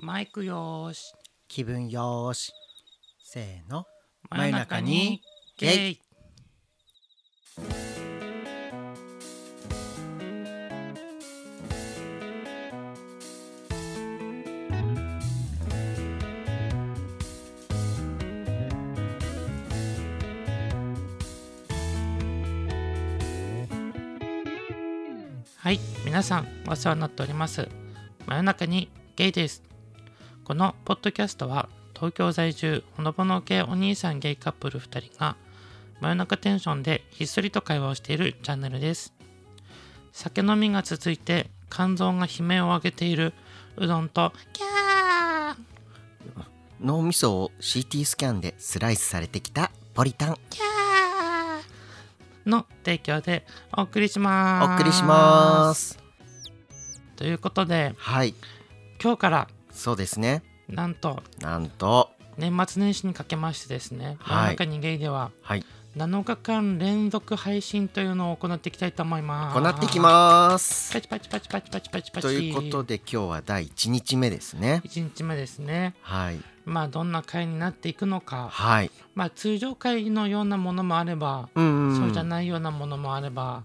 マイクよーし気分よーしせーの真夜中に真夜中にゲイはい皆さんお世話になっております真夜中にゲイですこのポッドキャストは東京在住ほのぼの系お兄さんゲイカップル2人が真夜中テンションでひっそりと会話をしているチャンネルです酒飲みが続いて肝臓が悲鳴を上げているうどんとキャー脳みそを CT スキャンでスライスされてきたポリタンキャーの提供でお送りしまおす送りしますということではい今日からそうですねなんとなんと年末年始にかけましてですね、はい真ん中にゲイでははい7日間連続配信というのを行っていきたいと思います。行ってきますパチパチパチパチパチパチパチ。ということで今日は第1日目ですね1日目ですね。はいまあどんな回になっていくのか、はいまあ通常回のようなものもあれば、うんうん そうじゃなないようなものもあれば、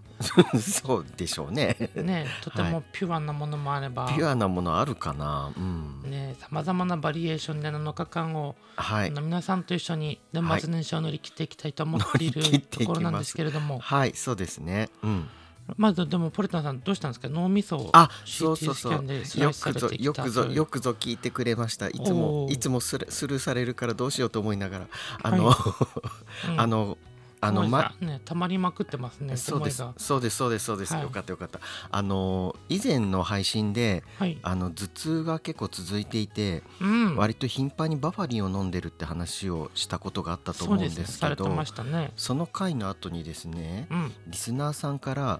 いそうでしょうねね、とてはもピュアなものもあれば、ピュアなものあるかなうんね、さまざまなバリエーションで7日間を、はあいの皆さんと一緒に年末年始を乗り切っていきたいと思っている乗り切ってといきこますろなんですけれども、はいそうですねうんまずでもポルタンさんどうしたんですか脳みそをあ、そう CT そうスそキャンうで。スラよイスさくれぞてきよたくぞというよくぞ聞いてくれました。いつもおーいつもスルスルーされるからどうしようと思いながら、あの、うん あのあの思いまがね溜まりまくってますねそうです思いそうですそうですそうです、はいよかったよかった。あの以前の配信で。がはいあの頭痛が結構続いていて、うん割と頻繁にバファリンを飲んでるって話をしたことがあったとそ思ううんでですすねさけれてどましたねその回の後にですねうんリスナーさんから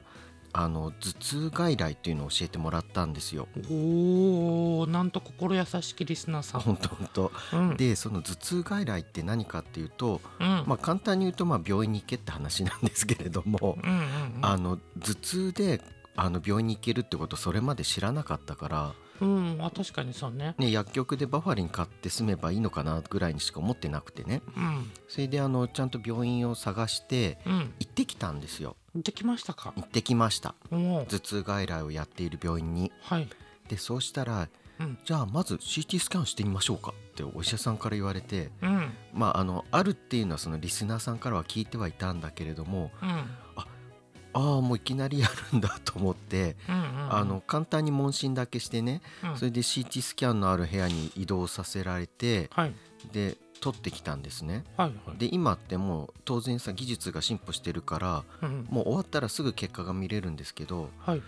あの頭痛外来っていうのを教えてもらったんですよ。おーなんと心優しきリスナーさん本当本当うんでその頭痛外来って何かっていうと、うんまあ、簡単に言うとまあ病院に行けって話なんですけれども、うんうんあの頭痛であの病院に行けるってことそれまで知らなかったから、うんうんあ確かにそうねね、薬局でバファリン買って済めばいいのかなぐらいにしか思ってなくてねうんそれであのちゃんと病院を探してうん行ってきたんですよできましたか行ってきましたおお頭痛外来をやっている病院にはいでそうしたら、うんじゃあまず CT スキャンしてみましょうかってお医者さんから言われて。うんうんまあ、あのあるっていうのはそのリスナーさんからは聞いてはいたんだけれどもうんああもういきなりやるんだと思って、うんあの簡単に問診だけしてね、うんそれで CT スキャンのある部屋に移動させられてはいで取ってきたんですね。はいはいで今ってもう当然さ技術が進歩してるからうんもう終わったらすぐ結果が見れるんですけどはい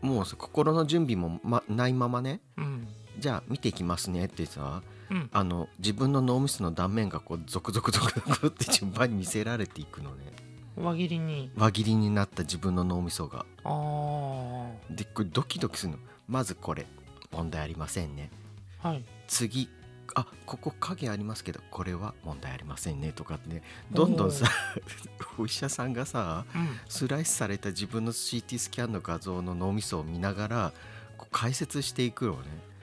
もうさ心の準備も、ま、ないままねうんじゃあ見ていきますねってさうんあの自分の脳みその断面がこうゾクゾクゾクゾクって順番に見せられていくのね輪切りに輪切りになった自分の脳みそがああでこれドキドキするのまずこれ問題ありませんねはい次あここ影ありますけどこれは問題ありませんねとかってねどんどんさ お医者さんがさうんスライスされた自分の CT スキャンの画像の脳みそを見ながらこう解説していくのね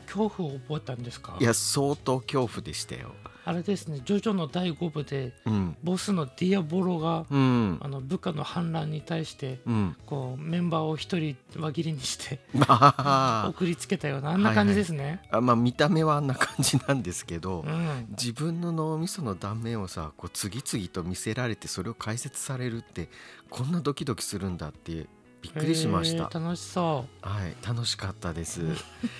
恐怖を覚えたんですかいや相当恐怖でしたよあれですねジョジョの第5部でうんボスのディアボロが、うんあの部下の反乱に対してうんこうメンバーを一人輪切りにしてまあ送りつけたようなあんな感じですね、 あまあ見た目はあんな感じなんですけど、うん自分の脳みその断面をさこう次々と見せられてそれを解説されるってこんなドキドキするんだってびっくりしましたへー楽しそはい楽しかったです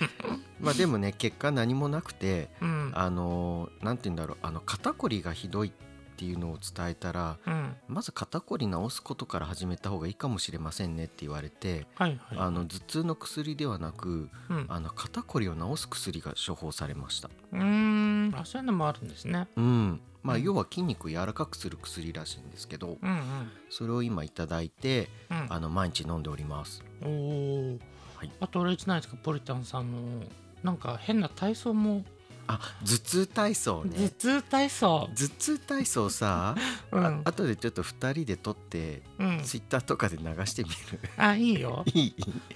まあでもね結果何もなくてううんあの何、なんて言うんだろうあの肩こりがひどいっていうのを伝えたらうんまず肩こり治すことから始めた方がいいかもしれませんねって言われてはいはあの頭痛の薬ではなくいうんあの肩こりを治す薬が処方されましたうーんあそういうのもあるんですねうんまあ、うん要は筋肉を柔らかくする薬らしいんですけどうんうんそれを今いただいてうんあの毎日飲んでおりますおおー、はいあとあれじゃないですかポリタンさんのなんか変な体操もあ頭痛体操頭ね痛体操頭痛体操さ、うあん後でちょっと2人で撮って、うんツイッターとかで流してみるあいい よいい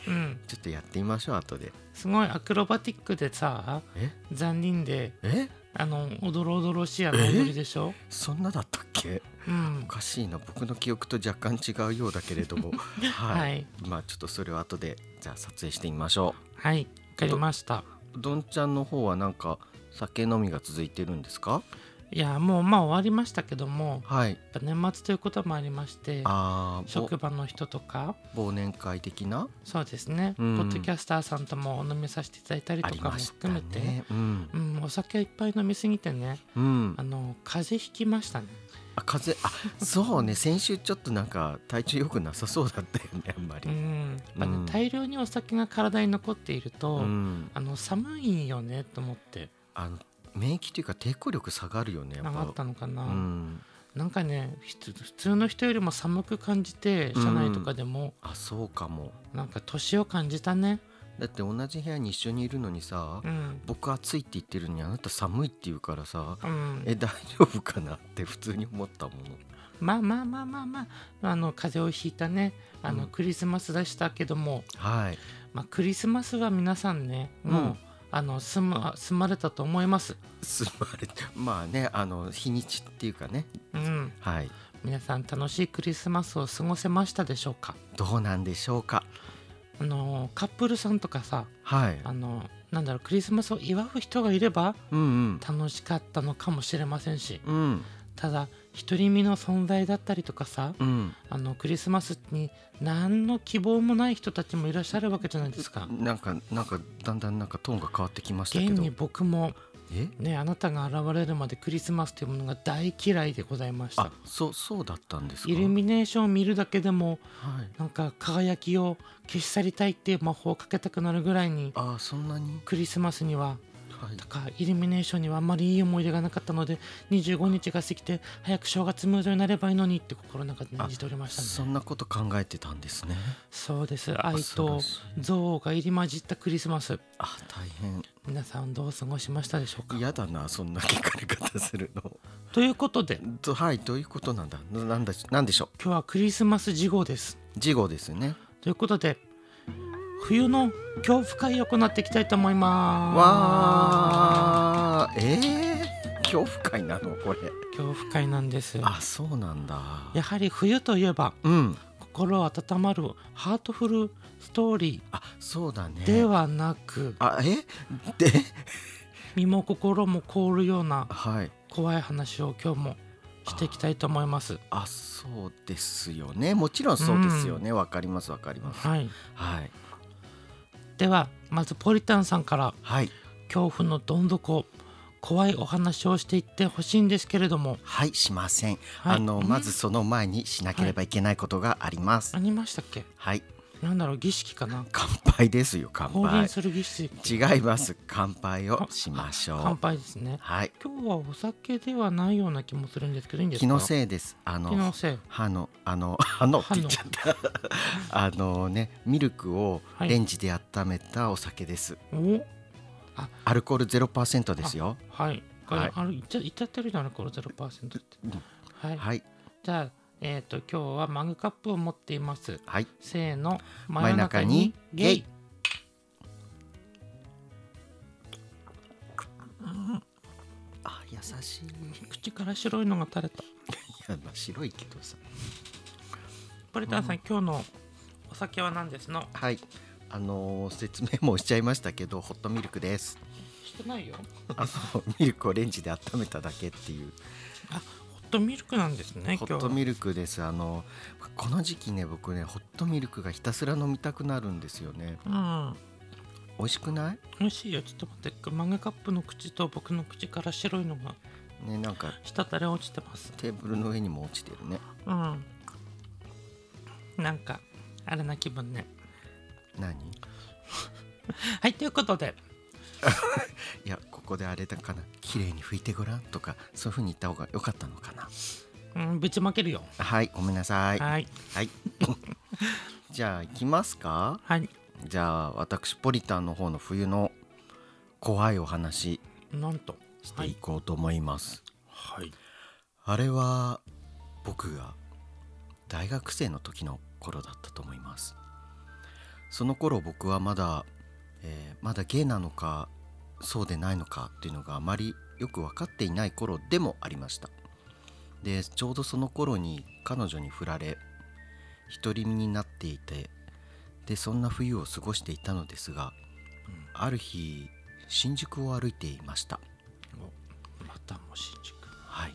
うんちょっとやってみましょう後ですごいアクロバティックでさえ残忍でえあのおどろおどろしいあの踊りでしょそんなだったっけうんおかしいな僕の記憶と若干違うようだけれど もはい、はいまあちょっとそれを後でじゃあ撮影してみましょはいわかりましたうどんちゃんの方はなんか酒飲みが続いてるんですかいやもうまあ終わりましたけどもはいやっぱ年末ということもありましてあーぼ職場の人とか忘年会的なそうですね、うんポッドキャスターさんともお飲みさせていただいたりあとりかもまし含ためて、ねうんうん、お酒いっぱい飲みすぎてねうんあの風邪ひきましたねあ風邪あそうね先週ちょっとなんか体調良くなさそうだったよねあんまうり、んやっぱね、うん大量にお酒が体に残っていると、うんあの寒いよねと思ってあの免疫というか抵抗力下がるよねやなっかぱったのかな、うんなんかねひつ普通の人よりも寒く感じてうん車内とかでも、あそうかもなんか年を感じたねだって同じ部屋に一緒にいるのにさ、うん、僕暑いって言ってるのにあなた寒いって言うからさうん、え大丈夫かなって 普通に思ったものまあまあまあまあまああの風邪をひいたねあの、うんクリスマスでしたけども、はいまあ、クリスマスは皆さんねもう、うんあの済ま済まれたと思います、すまれてまあねあの日にちっていうかねうん、はい皆さん楽しいクリスマスを過ごせましたでしょうかどうなんでしょうかあのカップルさんとかさはいあのなんだろうクリスマスを祝う人がいればうん楽しかったのかもしれませんしうんうんただ独り身の存在だったりとかさうんあのクリスマスに何の希望もない人たちもいらっしゃるわけじゃないですか。なんかなんかだんだんなんかトーンが変わってきました現けどに僕もえねあなたが現れるまでクリスマスというものが大嫌いでございましあたそうそうだったんですかイルミネーションを見るだけでもはいなんか輝きを消し去りたいっていう魔法をかけたくなるぐらいにあそんなにクリスマスにははいとかイルミネーションにはあんまりいい思い出がなかったので25日が過ぎて早く正月ムードになればいいのにって心の中で念じておりましたねそんなこと考えてたんですねそうです愛恐ろとしい憎悪が入り混じったクリスマスあ大変皆さんどう過ごしましたでしょうか嫌だなそんな聞かれ方するのということでとはいどういうことなんだななんだなんでしょ今日はクリスマス事後ですう事後ですねということで冬の恐怖会を行っていきたいと思いますわーえー、恐怖会なのこれ恐怖会なんですあそうなんだやはり冬といえばうん心温まるハートフルストーリあそうだねーではなくあえで身も心も凍るようなはい怖い話を今日もしていきたいと思いますあそうですよねもちろんそうですよねわ、かりますわかりますはいはいではまずポリタンさんからはい恐怖のどん底怖いお話をしていってほしいんですけれどもはいしません、はいあのまずその前にしなければいけないことがありますありましたっけはいなんだろう儀式かな乾杯ですよ乾降臨杯する儀式違います乾杯をしましょ乾う杯ですねはい今日はお酒ではないような気もするんですけどいいんですか気のせいですあ気ののせい歯のあの 歯のって言っちゃった あのねミルクをはいレンジで温めたお酒です、おアルコール0%ですよはいはいあれいっちゃいっちゃってるじゃないこれ0%ってうんはい、はいじゃあえっ、と今日はマグカップを持っていますはいせーの真夜中にゲイあ優しい口から白いのが垂れたい やまあ白いけどさポリタンさん、今日のお酒は何ですのはいあのー説明もしちゃいましたけどホットミルクですしてないよあ のミルクをレンジで温めただけっていうあホットミルクなんですねホ今ッ日トはミルクですあのこの時期ね僕ねホットミルクがひたすら飲みたくなるんですよねうん美味しくない美味しいよちょっと待ってマグカップの口と僕の口から白いのがねなんか滴れ落ちてますテーブルの上にも落ちてるねうんなんかあれな気分ね何はいということでいやここであれだかな綺麗に拭いてごらんとかそういう風に言った方が良かったのかなうんぶちまけるよはいごめんなさいはい、 はいじゃあ行きますかはいじゃあ私ポリタンの方の冬の怖いお話なんとしていこうと思います、はい。あれは僕が大学生の時の頃だったと思いますその頃僕はまだ、えーまだゲイなのかそうでないのかっていうのがあまりよく分かっていない頃でもありましたでちょうどその頃に彼女に振られ独り身になっていてでそんな冬を過ごしていたのですが、ある日新宿を歩いていましたおまたも新宿はい、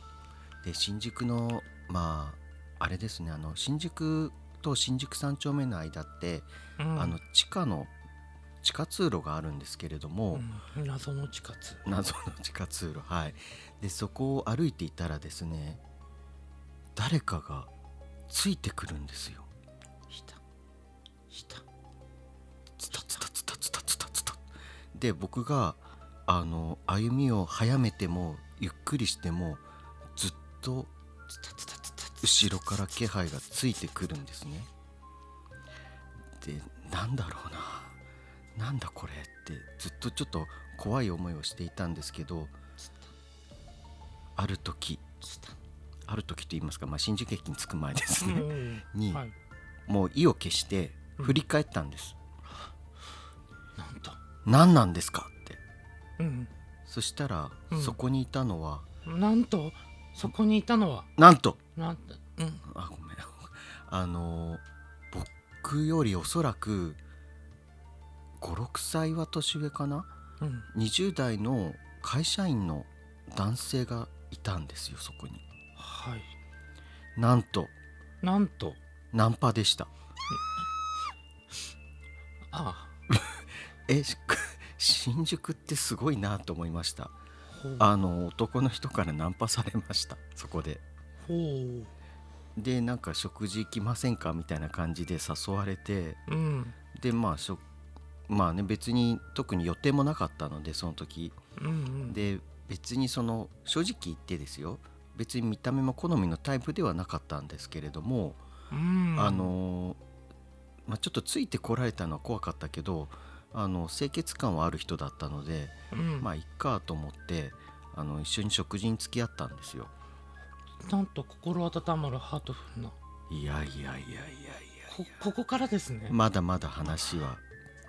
で新宿のまああれですねあの新宿と新宿三丁目の間って、うんあの地下の地下通路があるんですけれども、うん謎の地下通謎の地下通路はいでそこを歩いていたらですね誰かがついてくるんですよひたひたツタツタツタツタツタツタで僕があの歩みを早めてもゆっくりしてもずっとつたつたつたつた後ろから気配がついてくるんですねでなんだろうななんだこれってずっとちょっと怖い思いをしていたんですけどつたある時つたある時と言いますか、まあ、新宿駅に着く前ですうね、んに、はいもう意を決して振り返ったんです、なんと何なんですかってうんそしたら、うんそこにいたのはなんとそこにいたのはなんとなんとうんあごめんあの僕よりおそらく56歳は年上かなうん20代の会社員の男性がいたんですよそこにはいなんとなんとナンパでしたあえ し新宿ってすごいなと思いましたほうあの男の人からナンパされましたそこでほうでなんか食事行きませんかみたいな感じで誘われてうんでまあしょまあね別に特に予定もなかったのでその時うんうんで別にその正直言ってですよ別に見た目も好みのタイプではなかったんですけれども、うんあのーまあ、ちょっとついてこられたのは怖かったけどあの清潔感はある人だったので、うんまあいっかと思ってあの一緒に食事に付き合ったんですよなんと心温まるハートフルないやいやいやいやいやこここからですね、まだまだ話は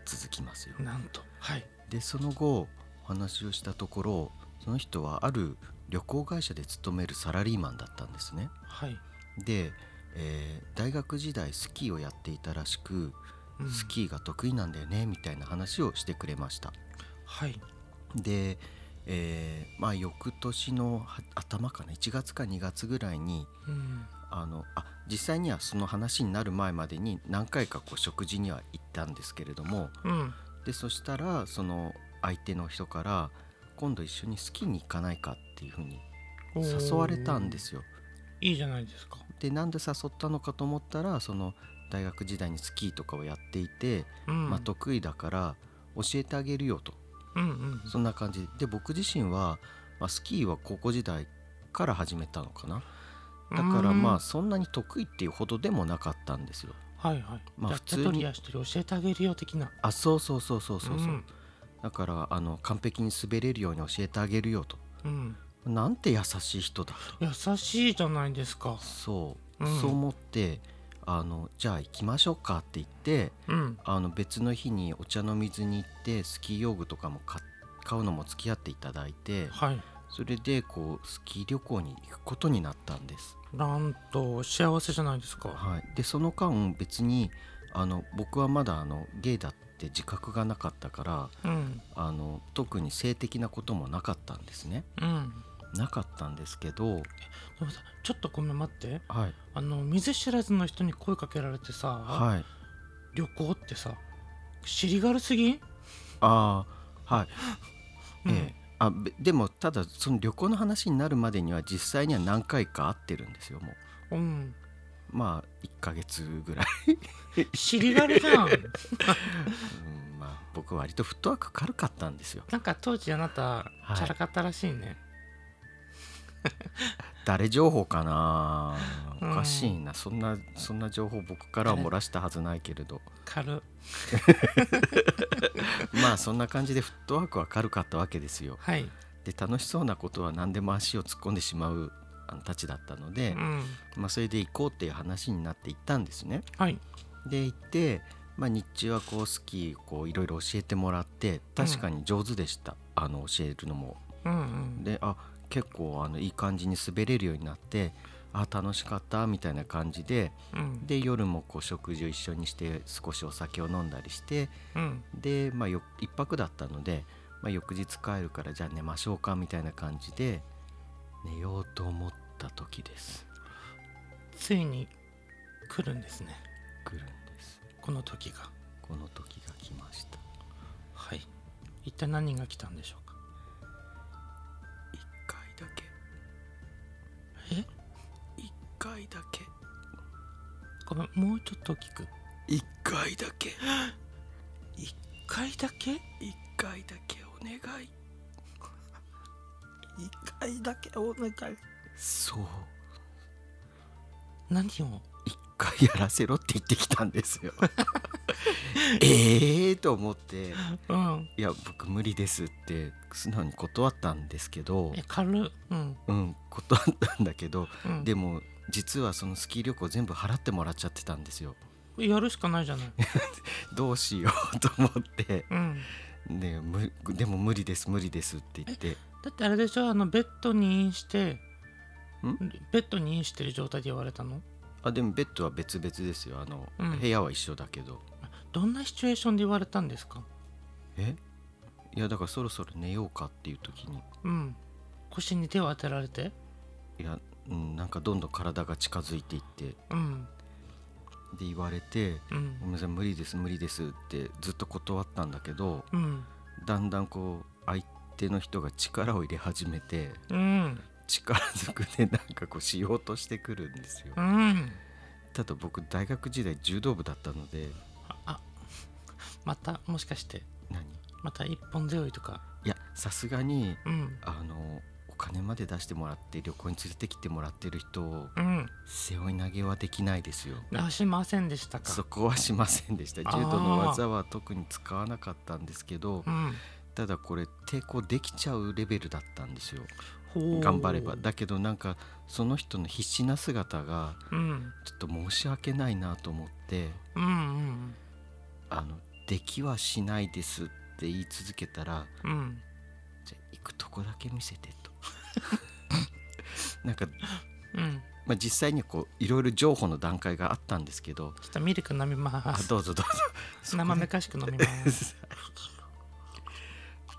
続きますよなんとはいでその後お話をしたところその人はある旅行会社で勤めるサラリーマンだったんですねはい、で、えー大学時代スキーをやっていたらしく、うんスキーが得意なんだよねみたいな話をしてくれましたはいで、えーまあ翌年のは頭かな1月か2月ぐらいにうんあのあ実際にはその話になる前までに何回かこう食事には行ったんですけれどもうんでそしたらその相手の人から「今度一緒にスキーに行かないか」っていうふうに誘われたんですよ。いいじゃないですかでなんで誘ったのかと思ったらその大学時代にスキーとかをやっていて、うんまあ、得意だから教えてあげるよとうんうんそんな感じで僕自身は、まあ、スキーは高校時代から始めたのかなだからまあそんなに得意っていうほどでもなかったんですよ。あはいはいまあじゃあ普手通に取り足取り教えてあげるよ的なあそうそうそうそうそうそう、んだからあの完璧に滑れるように教えてあげるよとうんなんて優しい人だ優しいじゃないですかとそう、うんそう思ってあのじゃあ行きましょうかって言ってうんあの別の日にお茶の水に行ってスキー用具とかも買買うのも付き合っていただいてはいそれでこうスキー旅行に行くことになったんです。なんと幸せじゃないですかはい、でその間別にあの僕はまだあのゲイだって自覚がなかったからうんあの特に性的なこともなかったんですね。うんなかったんですけど、でもさちょっとごめん待ってはい、あの見ず知らずの人に声かけられてさ、はい、旅行ってさ尻軽すぎん、ああはい、うんええあべでもただその旅行の話になるまでには実際には何回か会ってるんですよもううんまあ1ヶ月ぐらい、尻軽じゃ んうん、まあ僕割とフットワーク軽かったんですよなんか当時あなたはいチャラかったらしいね、誰情報かなおうんかしいな、そんなそんな情報僕からは漏らしたはずないけれど軽まあそんな感じでフットワークは軽かったわけですよはいで楽しそうなことは何でも足を突っ込んでしまうあのたちだったので、うんまあ、それで行こうっていう話になって行ったんですね。はいで行って、まあ、日中はこうスキーこういろいろ教えてもらって確かに上手でした、あの教えるのも。うんうんであ結構あのいい感じに滑れるようになってあ楽しかったみたいな感じでうんで夜もこう食事を一緒にして少しお酒を飲んだりしてうんで、まあ、よ一泊だったので、まあ、翌日帰るからじゃあ寝ましょうかみたいな感じで寝ようと思った時ですついに来るんですね来るんですこの時がこの時が来ましたはい一体何が来たんでしょうか1回だけえ1回だけごめんもうちょっと聞く1回だけ一回だけ1回だけお願い一回だけお願いそう何を1回やらせろって言ってきたんですよ ええと思ってうんいや僕無理ですって素直に断ったんですけどえ軽っうんうん断ったんだけどうんでも実はそのスキー旅行全部払ってもらっちゃってたんですよやるしかないじゃないどうしようと思ってうんねむでも無理です無理ですって言ってだってあれでしょあのベッドにインしてんベッドにインしてる状態で言われたのあでもベッドは別々ですよあの、うん部屋は一緒だけどどんなシチュエーションで言われたんですかえいやだからそろそろ寝ようかっていう時にうん腰に手を当てられていや、うん、なんかどんどん体が近づいていってでうん言われてう「ごんめんなさい無理です無理です」ってずっと断ったんだけどうんだんだんこう相手の人が力を入れ始めてうん力ずくでなんかこうしようとしてくるんですようんただ僕大学時代柔道部だったのでああまたもしかして何また一本背負いとかいやさすがにうんあのお金まで出してもらって旅行に連れてきてもらってる人をうん背負い投げはできないですよ出しませんでしたかそこはしませんでしたあー柔道の技は特に使わなかったんですけどうんただこれ抵抗できちゃうレベルだったんですよほう頑張ればだけどなんかその人の必死な姿がうんちょっと申し訳ないなと思ってうんうんあのできはしないですって言い続けたらうんじゃあ行くとこだけ見せてと なんか、うんまあ、実際にこういろいろ情報の段階があったんですけどちょっとミルク飲みまあすどうぞどうぞそこで生めかしく飲みます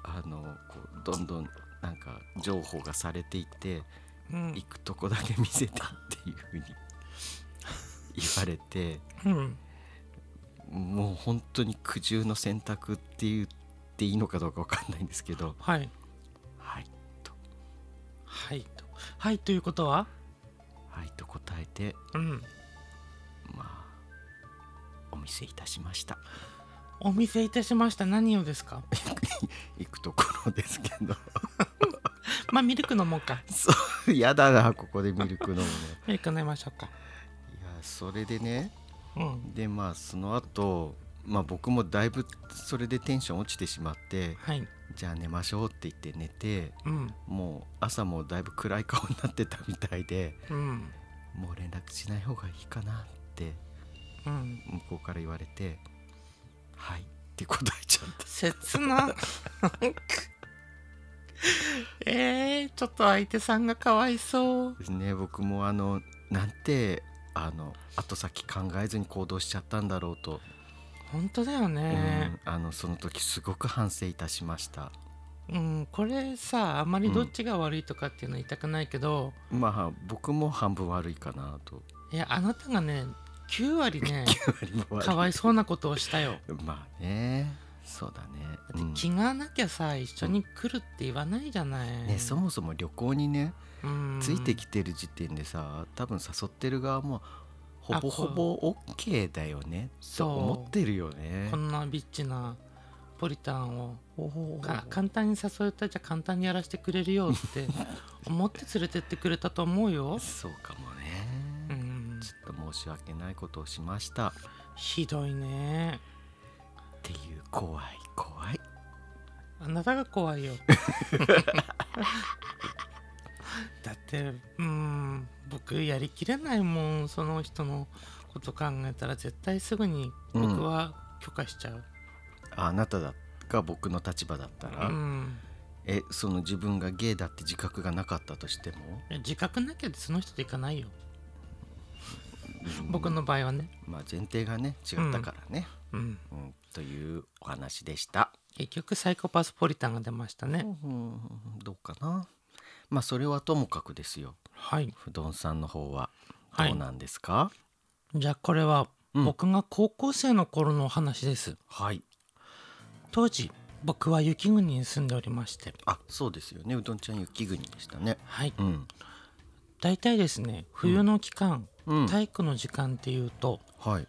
あのこうどんどんなんか情報がされていってうん行くとこだけ見せたっていうふうに 言われてうんもう本当に苦渋の選択って言っていいのかどうかわかんないんですけどはいはいとはいとはいということははいと答えてうんまあお見せいたしましたお見せいたしました何をです か行くところですけど まあミルク飲もうかそうやだなここでミルク飲むのいミルク飲みましょうかやそれでねうんでまあその後まあ僕もだいぶそれでテンション落ちてしまってはいじゃあ寝ましょうって言って寝てうんもう朝もだいぶ暗い顔になってたみたいでうんもう連絡しない方がいいかなってうん向こうから言われて「はい」って答えちゃった切なえー、ちょっと相手さんがかわいそうですね僕もあのなんてあの後先考えずに行動しちゃったんだろうと、本当だよねうん、あのその時すごく反省いたしましたうん、これさあまりどっちが悪いとかっていうのは言いたくないけど、まあ僕も半分悪いかなといやあなたがね9割 ねかわいいそうなことをしたよまあねそうだねだってう気がなきゃさ一緒に来るって言わないじゃない、んね、そもそも旅行にねうんついてきてる時点でさ多分誘ってる側もほぼほぼ OK だよねそとう思ってるよねこ。んなビッチなポリタンをかか簡単に誘えたらじゃあ簡単にやらせてくれるよ って思って連れてってくれたと思うよ、そうかもね、うん、ちょっと申し訳ないことをしました。ひどいねっていう怖い怖い あなたが怖いよだってうん僕やりきれないもんその人のこと考えたら絶対すぐに僕は許可しちゃう、あなただが僕の立場だったうら、んえその自分がゲイだって自覚がなかったとしてもいや自覚なきゃその人といかないようん僕の場合はね、まあ前提がね違ったからね、うん、うんというお話でした、結局サイコパスポリタンが出ましたね、うんどうかなまあそれはともかくですよはい不動産の方ははどういなんですかじゃあこれはうん僕が高校生の頃のお話です、はい当時僕は雪国に住んでおりましてあそうですよねうどんちゃん雪国でしたねはいうん大体ですね冬の期間、うん体育の時間っていうとはい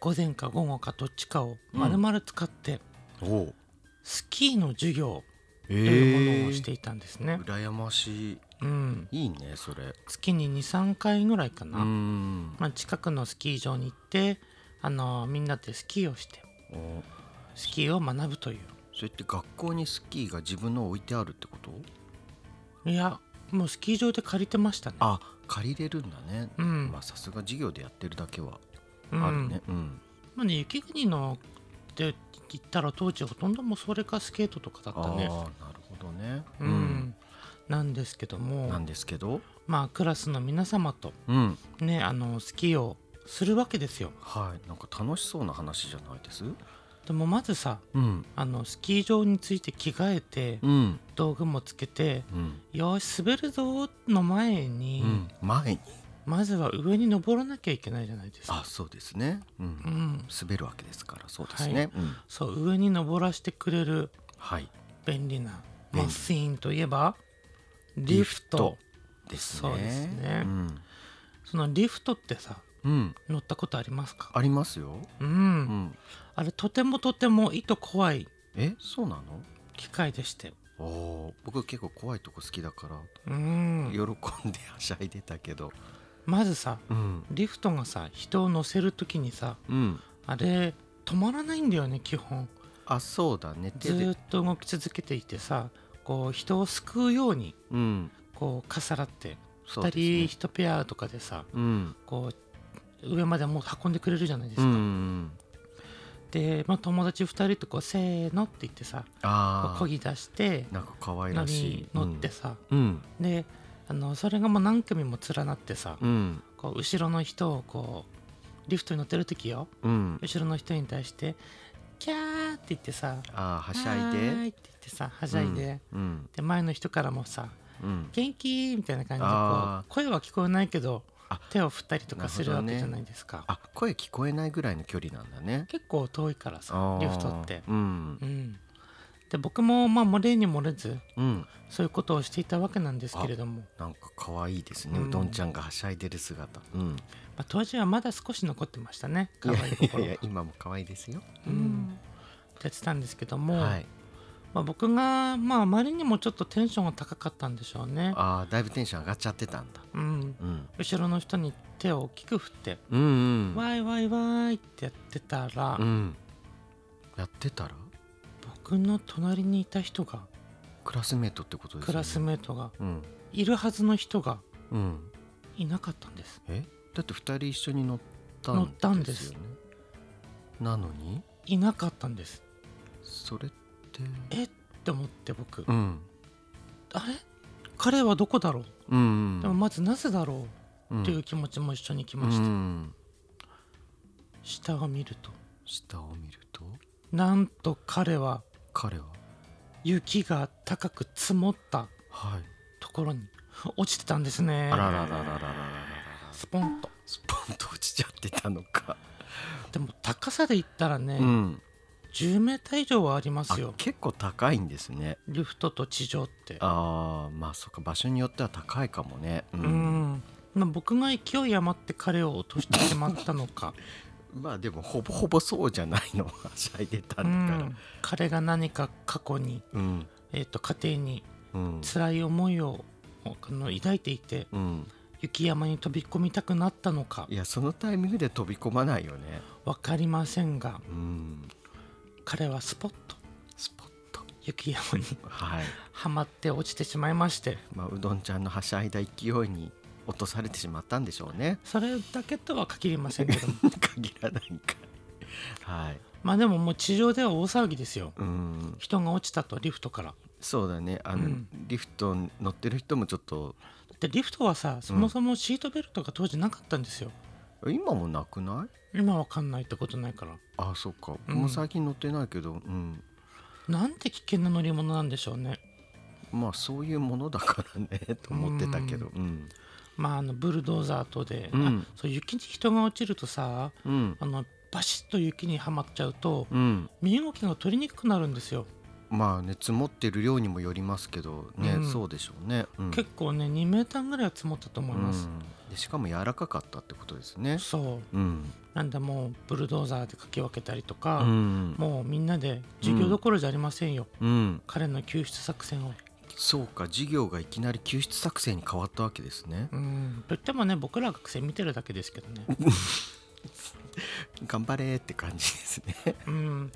午前か午後かどっちかを丸々使って、おおスキーの授業えというものをしていたんですね、羨ましいうん、いいねそれ月に23回ぐらいかうな、んまあ、近くのスキー場に行って、あのみんなでスキーをしておスキーを学ぶといそれって学校にスキーが自分の置いてあるってことういやもうスキー場で借りてましたねあ借りれるんだね、うん、まあさすが授業でやってるだけはうんあるねうん、まあね雪国のって言ったら当時ほとんどもうそれかスケートとかだあったあねなるほどねうん、なんですけどうんなもんですけどまあクラスの皆様とうんねあのスキーをするわけですよはいなんか楽しそうな話じゃないですでもまずさうんあのスキー場について着替えてうん道具もつけてうん「よーし滑るぞ」の前うに、ん前にまずは上に登らなきゃいけないじゃないですあか。そうですねうん、うん、滑るわけですからそうですねうんそう上に登らせてくれるはい便利な便利マシーンといえばリフトですねそうですねうん、そのリフトってさうん、乗ったことありますかありますよう、うんんあれとてもとてもいと怖いえそうなの機械でしておー僕結構怖いとこ好きだからうん喜んではしゃいでたけどまずさうんリフトがさ人を乗せる時にさうんあれ止まらないんだよね基本あそうだねず手ーでっと動き続けていてさこう人を救うようにうんこう重なってそう2です人ね1ペアとかでさうんこう上までもう運んでくれるじゃないですうか、んうんで、まあ、友達2人とこうせーのって言ってさこあうあ漕ぎ出してなんか可愛乗らしいり乗ってさ、うんであのそれがもう何組も連なってさ、うんこう後ろの人をこうリフトに乗ってる時ようん後ろの人に対して「キャー」って言ってさ「ああはしゃいではーいって言ってさはしゃいで、うんで前の人からもさう「ん元気?」みたいな感じでこあう声は聞こえないけどあ手を振ったりとかするわなけるじほゃどねないですか。あ声聞こえないぐらいの距離なんだね結構遠いからあさーリフトって。うんうん、で僕もまあ漏れに漏れずうんそういうことをしていたわけなんですけれども、なんか可愛いですねうんうどんちゃんがはしゃいでる姿うんまあ、当時はまだ少し残ってましたね可愛い心いやいやが。今も可愛いですようんやってたんですけども、はいまあ、僕が、まあ、あまりにもちょっとテンションが高かったんでしょうね。ああだいぶテンション上がっちゃってたんだうん、うん後ろの人に手を大きく振ってうんう「んわーいわーいわーい」ってやってたら、うんやってたら僕の隣にいた人がクラスメートってことですよねクラスメートがうんいるはずの人がうんいなかったんです。えだって二人一緒に乗った乗ったんんでですすよねなのにいなかったんです。それってえって思って僕、うんあれ彼はどこだろう、うんでもまずなぜだろううんっていう気持ちも一緒に来うました、ん下を見ると下を見るとなんと彼は彼は雪が高く積もったはいところに落ちてたんですねあららららららららスポンとスポンと落ちちゃってたのかでも高さで言ったらね、うん10メーター以上はありますあよ結構高いんですねリフトと地上ってあーまあそっか場所によっては高いかもねうう、ん、まあ、僕が勢い余って彼を落としてしまったの かまあでもほぼほぼそうじゃないの はしゃいでたうんだからん彼が何か過去に、うんえー、と家庭にうん辛い思いをあの抱いていてうん、雪山に飛び込みたくなったのかいやそのタイミングで飛び込まないよね分かりませんがうん彼はスポッとスポッと雪山にはいはまって落ちてしまいましてまあ、うどんちゃんのはしゃいだ勢いに落とされてしまったんでしょうねそれだけとは限りませんけ ども限らないんかいはいまあでももう地上では大騒ぎですようん人が落ちたとリフトからそうだねあの、うんリフトに乗ってる人もちょっとでリフトはさそもそもシートベルトが当時なかったんですよ、今もなくない今わかんないってことないからあそっか、うんもう最近乗ってないけどうんなんて危険な乗り物なんでしょうねまあそういうものだからねと思ってたけどうんまああのブルドーザーとで、うんあそう雪に人が落ちるとさうんあのバシッと雪にはまっちゃうとうん身動きが取りにくくなるんですよ、まあね積もってる量にもよりますけどね、うんそうでしょうね、うん、結構ね2メーターぐらいは積もったと思います、うんでしかも柔らかかったってことですねそううんなんだもうブルドーザーでかき分けたりとうか、んもうみんなで授業どころじゃありませんよ、うん彼の救出作戦をそうか授業がいきなり救出作戦に変わったわけですねうんといってもね僕ら学生見てるだけですけどね頑張れって感じですねうん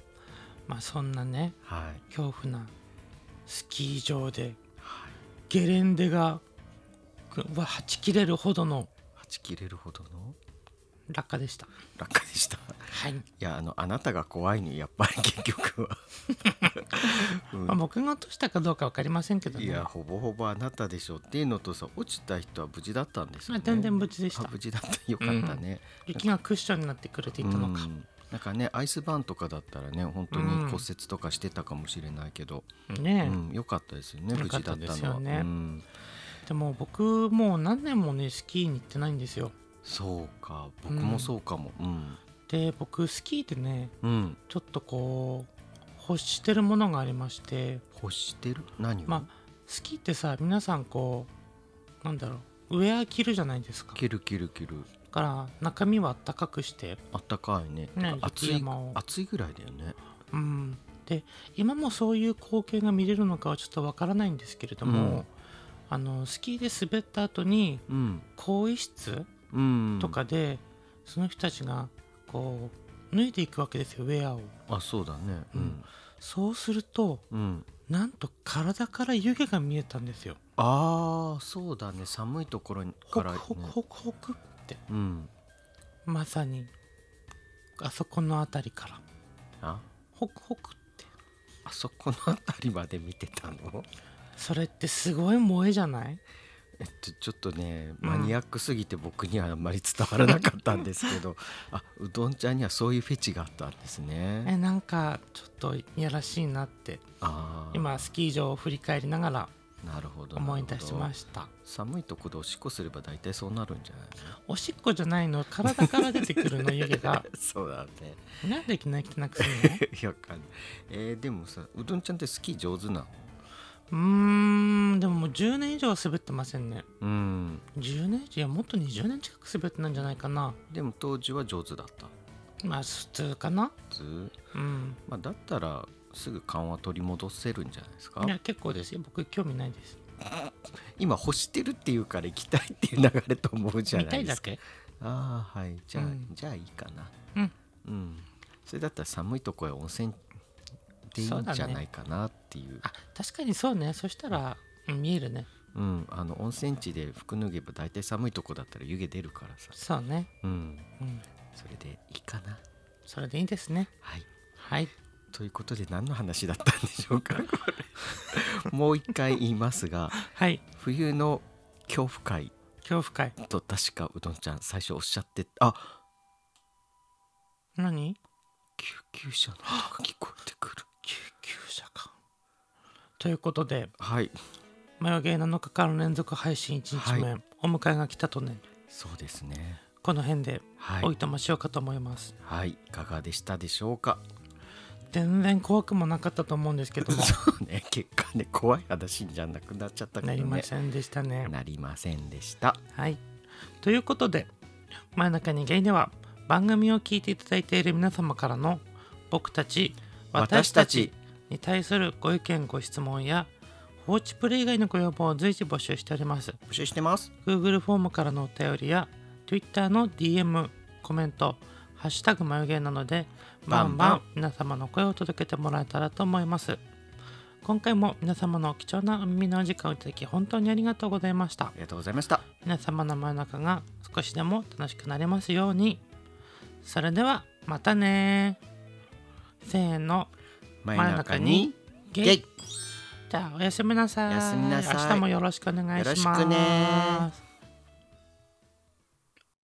まあそんなね はい恐怖なスキー場ではいゲレンデがくははち切れるほどのはち切れるほどの落下でした落下でした いはい、やあのあなたが怖いにやっぱり結局 は、うんまあ、僕が落としたかどうか分かりませんけどねいやほぼほぼあなたでしょっていうのとさ落ちた人は無事だったんですよまあね全然無事でしあた無事だったよかったね、雪がクッションになってくれていたのか、うんなんかねアイスバーンとかだったらね本当に骨折とかしてたかもしれないけど、うねえ、ん良かったですよね無良事かだっったたですのはよねうんでも僕もう何年もねスキーに行ってないんですよそうか僕もそうかもうんで僕スキーでねうんちょっとこう欲してるものがありまして欲してる何を、まあスキーってさ皆さんこうなんだろうウェア着るじゃないですかキルキルキルだから中身はあったかくしてあったかいねね暑雪い山を暑いぐらいだよねうんで今もそういう光景が見れるのかはちょっとわからないんですけれども、うんあのスキーで滑った後にうん更衣室うんとかで、その人たちがこう脱いでいくわけですよウェアをあそうだねうんそうするとうん、なんと体から湯気が見えたんですよああそうだね寒いところほくから、ね、ほくほくほくってうんまさにあそこの辺りからあホクホクってあそこの辺りまで見てたのそれってすごい萌えじゃないえっとちょっとねマニアックすぎて僕にはあんまり伝わらなかったんです けど、あうどんちゃんにはそういうフェチがあったんですね。えなんかちょっといやらしいなってあー今スキー場を振り返りながらなるほど思い出しまた。した寒いところでおしっこすれば大体そうなるんじゃないおしっこじゃないの体から出てくるの湯気がの そうだね。なんできなきなくするのいやわかんないえーでもさうどんちゃんってスキー上手なのうーんでももう10年以上は滑ってませんねうん10年いやもっと20年近く滑ってないんじゃないかなでも当時は上手だったまあ普通かなず、うんまあ、だったらすぐ勘は取り戻せるんじゃないですかいや結構ですよ僕興味ないです今欲してるっていうから行きたいっていう流れと思うじゃ見なたいいでだすかけああはいじゃあ、うんじゃあいいかなうんうんそれだったら寒いとこへ温泉でいいそうんだねじゃないかなっていうあ確かにそうねそしたらうん見えるねうんあの温泉地で服脱げば大体寒いとこだったら湯気出るからさそうねうんうんそれでいいかなそれでいいですねはいはいということで何の話だったんでしょうかこれもう一回言いますがはい冬の恐怖会恐怖会と確かうどんちゃん最初おっしゃってあ何救急車の音が聞こえてくる救急車かということではい「マヨゲー7日間連続配信1日目、お迎えが来たとねそうですねこの辺ではいおいとましようかと思います、はい、いかがでしたでしょうか。 全然怖くもなかったと思うんですけ どもそうね、結果ね、怖い話じゃなくなっちゃったけどなね。りませんでしたね。なりませんでした。はい、ということで「真夜中にゲイ」では番組を聞いていただいている皆様からの「僕たち私私たたちち」に対するご意見ご質問や放置プレイ以外のご要望を随時募集しております募集してます。 Google フォームからのお便りや Twitter の DM コメント「ハッシュタグ眉毛」なのでババンンババンン皆様の声を届けてもらえたらと思います今回も皆様の貴重な耳のお時間をいただき本当にありがとうございましたありがとうございました皆様の真夜中が少しでも楽しくなれますようにそれではまたねせーの真夜中にゲイゲイじゃあおやすみなさいおやすみなさい明日もよろしくお願いしますよろしくね